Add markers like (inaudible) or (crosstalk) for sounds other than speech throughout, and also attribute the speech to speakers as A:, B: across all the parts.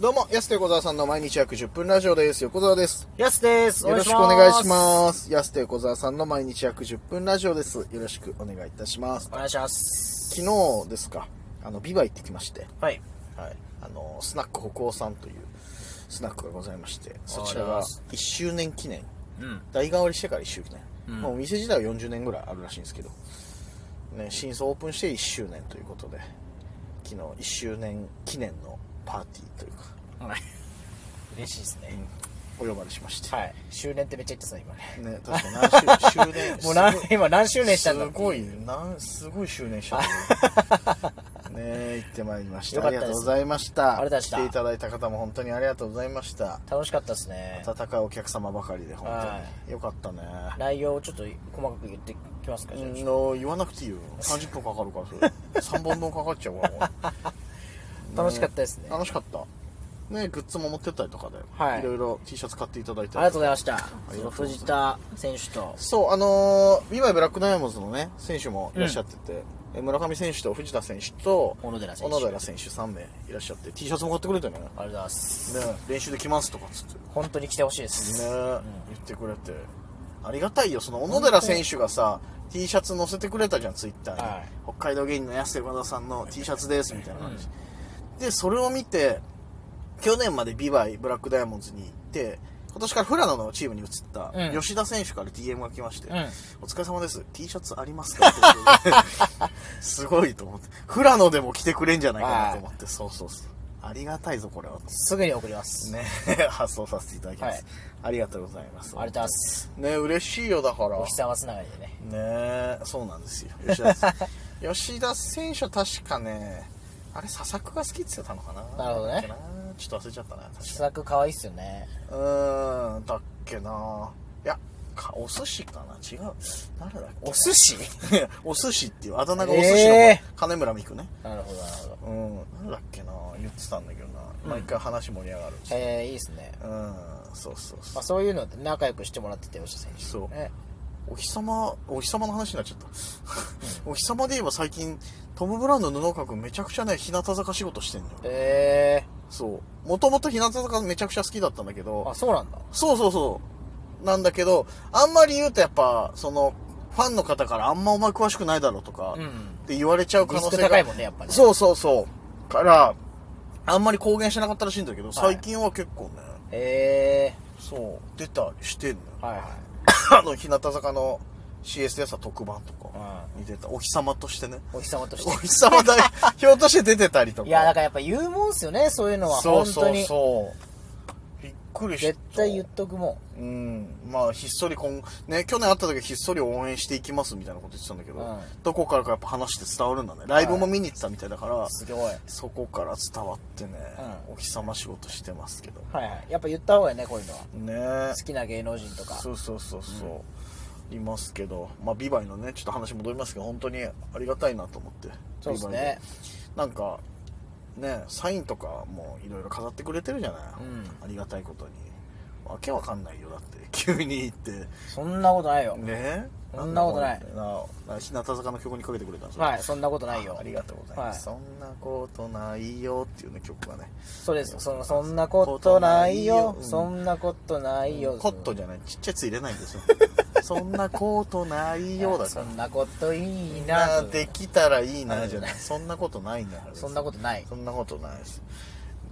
A: どうも、安手小沢さんの毎日約10分ラジオです。横澤です。
B: やすです。
A: よろしくお願いし
B: す。
A: ます。安手小沢さんの毎日約10分ラジオです。よろしくお願いいたします
B: お。願いします。
A: 昨日ですか、あの、ビバ行ってきまして、
B: はい。
A: はい、あの、スナック北欧さんというスナックがございまして、そちら
B: ありがとうござい
A: が
B: ます
A: 1周年記念、
B: うん。
A: 代替わりしてから1周年、
B: うん
A: まあお店自体は40年ぐらいあるらしいんですけど、ね、新装オープンして1周年ということで、昨日1周年記念のパーティーというか、
B: 嬉しいですね。
A: お呼ばれしまして、
B: はい。周年ってめっちゃ言ってた、今ね。
A: ね、確か何周周年
B: もう何、今何周年したんだ
A: すごいなんすごい周年したねね行ってまいりました
B: よか
A: あ
B: っ
A: り
B: た
A: が
B: です
A: とうございました
B: ありがとうございました
A: 来ていただいた方も本当にありがとうございました
B: 楽しかったですね。
A: 温かいお客様ばかりで本
B: は
A: 当によかったね
B: 内容をちょっと細かく言ってきますか、じゃあ
A: うんの言わなくていいよ30分かかるからそれ3本分かかっちゃうわ
B: 楽しかったですね。あ
A: 楽しかったねグッズも持ってったりとかで、
B: はい
A: いろいろ T シャツ買っていただい
B: り
A: た
B: が
A: り
B: とうございました
A: りがとう。ございます
B: 藤田選手と。
A: そう、あのー、ビバイブラックダイヤモンドズのね、選手もいらっしゃってて、え村上選手と藤田選手と、
B: 小野寺選
A: 小
B: 手
A: 野寺選手3名いらっしゃって、T シャツも買ってくれてね。ね
B: ありがとうございます。
A: 練習できますとかっつって。ね
B: 本当に来てほしいです。
A: 言ってくれて。ありがたいよ、その小野寺選手がさ、T シャツ載せてくれたじゃん、ツイッターに。
B: はい
A: 北海道芸人の安瀬和田さんの T シャツです、みたいな感じ。で、それを見て、去年までビバイブラックダイヤモンドズに行って、今年から富良野のチームに移った
B: うん
A: 吉田選手から DM が来まして、
B: うん
A: お疲れ様です。T シャツありますかってことで (laughs) すごいと思って。富良野でも着てくれんじゃないかなと思って。そうそうそう。ありがたいぞ、これは。
B: すぐに送ります。
A: ね、 (laughs) 発送させていただきます。
B: はい
A: ありがとうございます。
B: ありがとうございます。
A: ね、嬉しいよ、だから。
B: お日様つながりでね。
A: ねそうなんです (laughs) よ。吉田吉田選手は確かね、あれ、佐々木が好きって言ってたのかな
B: なるほどね
A: だっけなちょっと忘れちゃったな、確か
B: 試作可愛いっすよね。
A: うーん、だっけな。いや、かお寿司かな違う。誰だっけ
B: お寿司
A: (laughs) お寿司っていうあだ名がお寿司の、
B: え
A: 金村美久ね
B: なるほど、なるほど。
A: うんなんだっけな言ってたんだけどな、毎回話盛り上がるし
B: えー、いいですね。
A: うんそうそうそ
B: ま
A: う
B: あ、そういうので仲良くしてもらってて、吉田選手。
A: そう
B: ね、
A: お日様お日様の話になっちゃったお日様で言えば最近トム・ブラウンの布川君めちゃくちゃね日向坂仕事してんのよ
B: え
A: そうもともと日向坂めちゃくちゃ好きだったんだけど
B: ー、あ、そうなんだ。
A: そうそうそう。なんだけど、あんまり言うとやっぱ、その、ファンの方からあんまお前詳しくないだろうとか、
B: うん
A: って言われちゃう可能性が。
B: リスク高いもんねやっぱね
A: そうそうそう。から、あんまり公言してなかったらしいんだけど、
B: はい
A: 最近は結構ね、
B: え
A: そう、出たりしてん
B: (laughs)
A: のよ。
B: ー、はいはい。
A: あの、日向坂の CS やさ特番とかに出た、お日様としてね。
B: (laughs) お日様とし
A: お
B: て。
A: 日様
B: (laughs)
A: だ、ひょっとして出てたりとか。
B: いや、だからやっぱ言うもんっすよね、そういうのは。
A: そ
B: 本
A: うそ
B: 当
A: う
B: に。
A: そう。びっくりした。
B: 絶対言っとくもん。
A: うん、まあひっそり今ね去年会った時はひっそり応援していきますみたいなこと言ってたんだけど、
B: うん
A: どこからかやっぱ話して伝わるんだねライブも見に行ってたみたいだから、
B: すごい。はい
A: そこから伝わってね、
B: うん
A: お日様仕事してますけど
B: はい。やっぱ言った方がいいね、こういうのは。
A: ね
B: 好きな芸能人とか。
A: そうそうそうそう、いますけどまあビバイのねちょっと話戻りますけど本当にありがたいなと思って
B: そうです
A: ビバイ
B: ね
A: で。なんかねサインとかもいろいろ飾ってくれてるじゃない、
B: う
A: ありがたいことにわけわかんないよだって (laughs) 急に行って
B: そんなことないよ。
A: ねえ
B: そんなことない
A: なな日向坂の曲にかけてくれたんですよ
B: はい、そんなことないよ。
A: ありがとうございます、
B: は
A: そんなことないよっていうね曲がね
B: そうです。その、そんなことないよ。そんなことないよ。
A: コットじゃないちっちゃいやつ入れないん
B: (laughs)
A: ですよそんなことないよだ
B: そ
A: か
B: んなこといい
A: ら
B: な。
A: できたらいいなじゃないそんなことないんだ
B: そんなことない。
A: そんなことないです、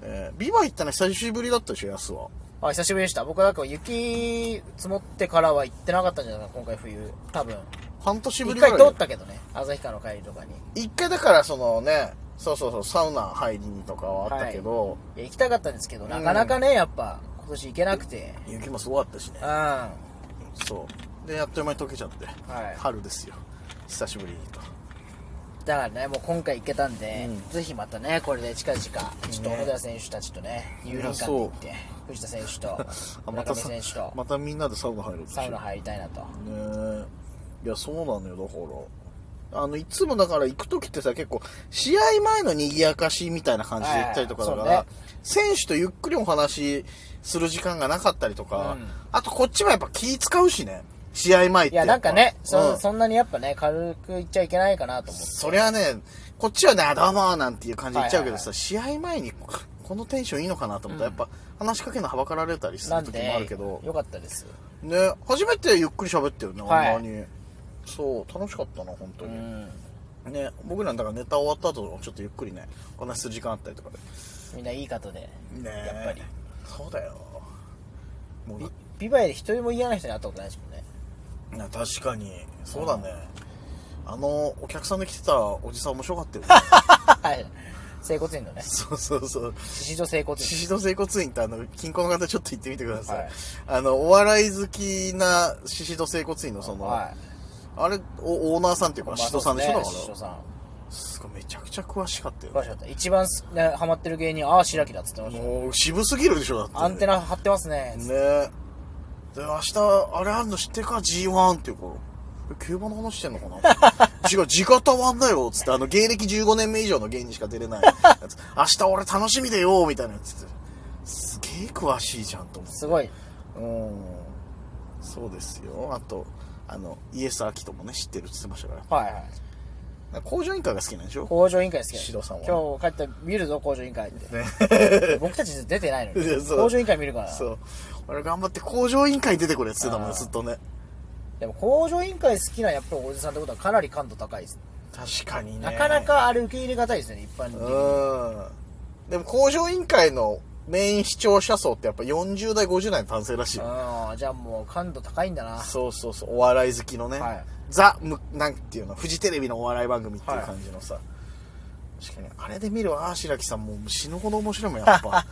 A: えービバ行ったの久しぶりだったでしょ安は
B: あ、久しぶりでした。僕はなんか雪積もってからは行ってなかったんじゃないかな、今回冬。多分。
A: 半年ぶ
B: 一
A: りぐら
B: 回
A: い
B: 通ったけどね、旭川の帰りとかに。い
A: 一回だからそのねそうそうそうサウナ入りにとかはあったけど、
B: や、行きたかったんですけど、なかなかね、やっぱ、今年行けなくて。
A: 雪もすごかったしね
B: うん。は
A: そうでやっという間に溶けちゃって、
B: い。
A: 春ですよ久しぶりにと
B: だからね、もう今回行けたんで、
A: うん
B: ぜひまたね、これで近々、ちょっと小野寺選手たちとね、有林館に行って、藤田選手
A: (laughs)
B: と、村上
A: さ
B: 選手と、
A: またみんなでサウナ入る
B: サウナ入りたいなと。
A: ねえいやそうなのよだからあのいつもだから行く時ってさ結構試合前の賑やかしみたいな感じで行ったりとかだから、
B: はいはい
A: 選手とゆっくりお話しする時間がなかったりとか、
B: うん
A: あとこっちもやっぱ気使うしね試合前っ
B: い
A: て
B: や、
A: っぱ
B: なんかね、
A: う
B: そ
A: ん
B: そんなにやっぱね、軽く行っちゃいけないかなと思って。
A: そりゃね、こっちはね、あどうもなんていう感じで言っちゃうけどさ、
B: は
A: 試合前にここのテンションいいのかなと思ったら、やっぱ話しかけのはばかられたりす
B: な
A: る
B: ん
A: 時もある
B: で
A: けど
B: よかったです
A: ね初めてゆっくり喋ってるね
B: はい
A: あんなにそう楽しかったな本当
B: う
A: に、
B: ん
A: ね僕らだからネタ終わった後ちょっとゆっくりねお話しする時間あったりとかで
B: みんないい方で
A: ねえ
B: やっぱり
A: そうだよもう
B: ビビバイで一人も嫌な人に会ったことないですもんね (laughs)
A: なな確かにそうだねあのお客さんで来てたおじさん面白かったよね
B: (laughs) はい整骨院のね
A: そうそうそう
B: 宍戸整骨院
A: 宍戸整骨院ってあの近郊の方ちょっと行ってみてください、
B: はい
A: あのお笑い好きな宍戸整骨院のその、
B: はい
A: あれおオーナーさんっていうか宍戸さんでしょだ
B: まあ
A: か
B: そうすね宍戸
A: ら
B: さん
A: すごいめちゃくちゃ詳しかったよ
B: 詳しかった一番すねハマってる芸人ああ白木だっつってました
A: もう渋すぎるでしょだって
B: アンテナ張ってますね
A: ねえで明日あれあんの知ってるか G1 っていうからえ競馬の話してんのか
B: (laughs)
A: な違う地方1だよっつってあの芸歴15年目以上の芸人しか出れないやつ (laughs) 明日俺楽しみでよみたいなやつってすげえ詳しいじゃんと思って
B: すごい
A: うんそうですよあとあのイエス・アキトもね知ってるって言ってましたから
B: はいはい
A: なんか工場委員会が好きなんでしょ
B: 工場委員会ですけ
A: 宍
B: ど
A: 戸さんは
B: 今日帰って見るぞ工場委員会って、 (laughs) 僕たち出てないのに
A: いやそう
B: 工場委員会見るから
A: そう俺頑張って工場委員会に出てくれって言ってたも
B: あ
A: ん
B: ー
A: ずっとね
B: でも工場委員会好きなやっぱりおじさんってことはかなり感度高いです、
A: 確かにね
B: なかなかあれ受け入れがたいですよね一般に、
A: うん。でも、工場委員会のメイン視聴者層ってやっぱ40代、50代の男性らしいよ。
B: ああじゃあもう感度高いんだな
A: そうそうそう、お笑い好きのね。
B: はい
A: ザ、む、なんていうの、フジテレビのお笑い番組っていう感じのさ。確かに、あれで見るああ、白木さんもう死ぬほど面白いもん、やっ
B: (laughs)
A: ぱ。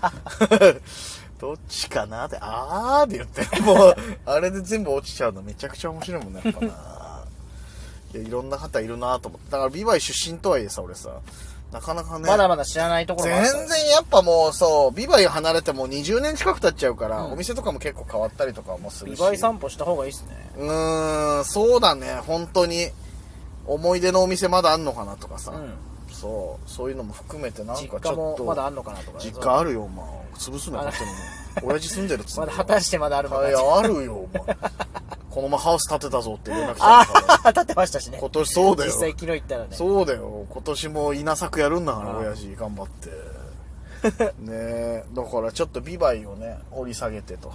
A: どっちかなって、あーって言って、もう、あれで全部落ちちゃうのめちゃくちゃ面白いもんね、やっぱ
B: (laughs)
A: な。いや、いろんな方いるなと思って。だから、ビバイ出身とはいえさ、俺さ、なかなかね。
B: まだまだ知らないところもあった
A: 全然やっぱもうそう、ビバイ離れてもう20年近く経っちゃうから、お店とかも結構変わったりとかもする
B: 美
A: し。
B: バイ散歩した方がいいですね
A: うーん、そうだね、本当に。思い出のお店まだあんのかなとかさ、
B: うん
A: そう、そういうのも含めてなんかちょ
B: 実
A: っ
B: 家も
A: と。
B: まだあんのかなとかね
A: 実家あるよ、お前。潰すなよ、勝手に。親父住んでるっつってん
B: (laughs) ま
A: よ
B: だ果たしてまだあるのか
A: はい、
B: な
A: あるよ、お
B: (laughs)
A: 前。この前ハウス建てたぞって連絡来た
B: あ
A: から。
B: あ立ってましたしね
A: 今年そうだよ
B: 実。際昨日行ったらね
A: そうだよ今年も稲作やるんだから
B: ああ
A: 親父頑張って
B: (laughs)
A: ねえだからちょっとビバイをね掘り下げてと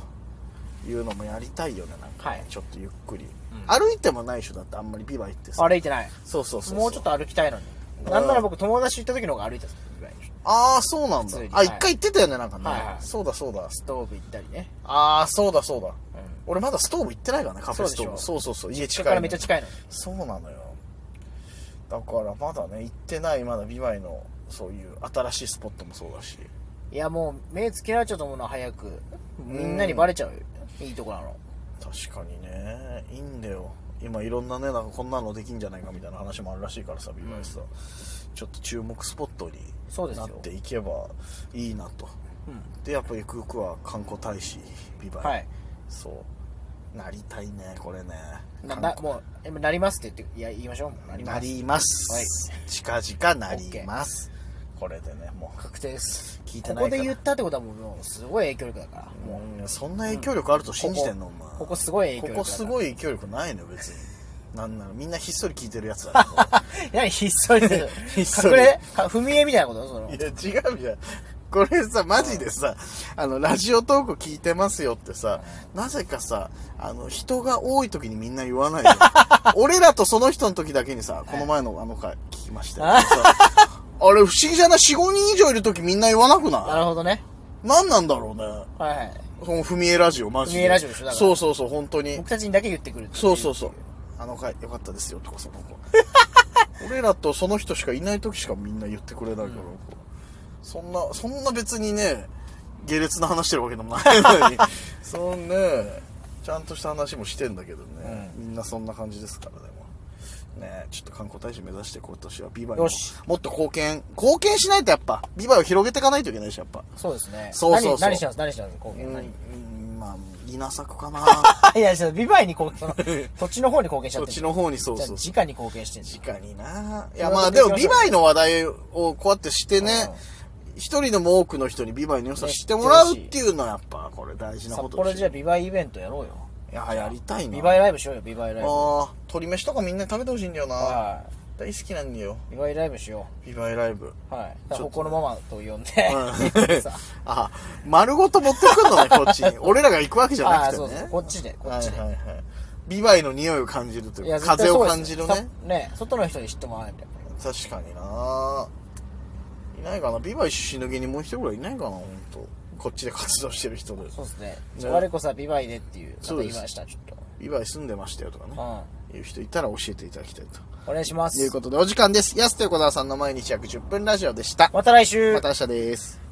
A: いうのもやりたいよねなんか、ね
B: はい
A: ちょっとゆっくり、歩いてもないでしょだってあんまりビバイってさ
B: 歩いてない
A: そうそうそうそう
B: もうちょっと歩きたいのに
A: うん
B: なんなら僕友達と行った時の方が歩いてたんですよ美バイに
A: ああそうなん
B: 普
A: だ
B: 通に
A: あ一回行ってたよねなんかね、
B: はいはい
A: そうだそうだ
B: ストーブ行ったりね
A: ああそうだそうだ、
B: うん
A: 俺まだストーブ行ってないからねカフェストーブ
B: そ
A: そうそうそう家
B: そ
A: 近い
B: こから
A: の
B: めっちゃ近いのに
A: そうなのよだからまだね行ってないまだビバイのそういう新しいスポットもそうだし
B: いやもう目つけられちゃうと思うな早くみんなにバレちゃうよいいとこなの
A: 確かにねいいんだよ今いろんなねなんかこんなのできんじゃないかみたいな話もあるらしいからさビバイスさ、ちょっと注目スポット
B: そうで
A: にな
B: すよ
A: っていけばいいなと
B: うん
A: でやっぱゆくゆくは観光大使ビバイ、
B: はい
A: そうなりたいねこれね
B: な
A: 観
B: な
A: 光
B: もう今なりますって言っていや言いましょうもうなります
A: なります、近々なりますこれでねもう
B: 確定です
A: 聞いて
B: こ
A: ない
B: こ
A: から
B: で言ったってことはもうもうすごい影響力だからも
A: うんそんな影響力あると
B: う
A: 信じてんの、
B: こ
A: お前
B: こここすごい影響
A: こ
B: 力だ
A: こ
B: から
A: す
B: (laughs)
A: ごい影響力ないのよ別になんならみんなひっそり聞いてるやつだね
B: 何ひっそりで
A: ひっそり
B: 隠れか踏み絵みたいなことその
A: いや違うじゃんこれさマジでさあのラジオトーク聞いてますよってさなぜかさあの人が多い時にみんな言わない
B: (laughs)
A: よ俺らとその人の時だけにさこの前のあの回聞きましたよってさあれ不思議じゃない45人以上いる時みんな言わなく
B: な
A: な
B: るほどね
A: い何なんだろうね
B: はいはい
A: この踏み絵ラジオマジで
B: 踏み絵ラジオでしょだから
A: そうそうそう本当に
B: 僕たちにだけ言ってくるってい
A: そうそうそう。あの回良かったですよとかその (laughs) 子。俺らとその人しかいない時しかみんな言ってくれないから、こうそんな、そんな別にね、下劣な話してるわけでもないの (laughs) に、そんね、ちゃんとした話もしてんだけどね、みんなそんな感じですからでも。ねちょっと観光大使目指して今年はビバイも
B: よし
A: もっと貢献、貢献しないとやっぱ、ビバイを広げていかないといけないし、やっぱ。
B: そうですね
A: そうそうそう
B: 何何してます何してます貢
A: う
B: 献
A: ん、
B: 何
A: うんまあ、稲作 (laughs) かな。
B: あいやちょっとビバイに
A: (laughs)
B: 貢献その土地の方に貢献しちゃっ
A: そって
B: る
A: ちの方にそう
B: じゃあ
A: そうそう。
B: 直に貢献してんじ
A: 直にな
B: う
A: いやまあでもビバイの話題をこうやってしてね一人でも多くの人にビバイの良さ知ってもらうっていうのはやっぱこれ大事
B: ゃん
A: な
B: 札
A: こと
B: 幌
A: でし
B: じゃあビバイイベントやろうよ
A: いややりたいな
B: ビバイライブしようよビバイライブ
A: ああ鶏飯とかみんな食べてほしいんだよな
B: はい
A: 大好きなんだよ
B: 祝いライブしよ
A: ビバイライブ
B: う。はい。だ
A: ちょ
B: から
A: っと
B: このママと呼 (laughs) んで
A: う、ん
B: さ
A: (laughs) あ丸ごと持ってくん
B: (laughs)
A: のねこっちに俺らが行くわけじゃ
B: あ
A: な
B: あ、
A: くて
B: そ
A: ね
B: うそう。こっちで、こっちで
A: はい。はいはいビバイの匂いを感じると
B: い
A: いう
B: や
A: か
B: 絶対
A: 風
B: そ
A: を
B: う
A: 感
B: で
A: じ
B: す
A: る
B: さ
A: ね
B: ね、外の人に知ってもらわないと。
A: 確かにないないかなビバイ出身の芸人もう一人ぐらいいないかな本当こっちで活動してる人で
B: そうですね。
A: ね
B: 我こそビバイでっていう方
A: そう
B: 言
A: で
B: い
A: す
B: ました、ちょっ
A: ビバイ住んでましたよとかね
B: と。うん。
A: いう人いたら教えていただきたい
B: お願いしま
A: という
B: す。
A: ことでお時間です安手小沢さんの毎日約10分ラジオでした
B: また来週
A: また明日です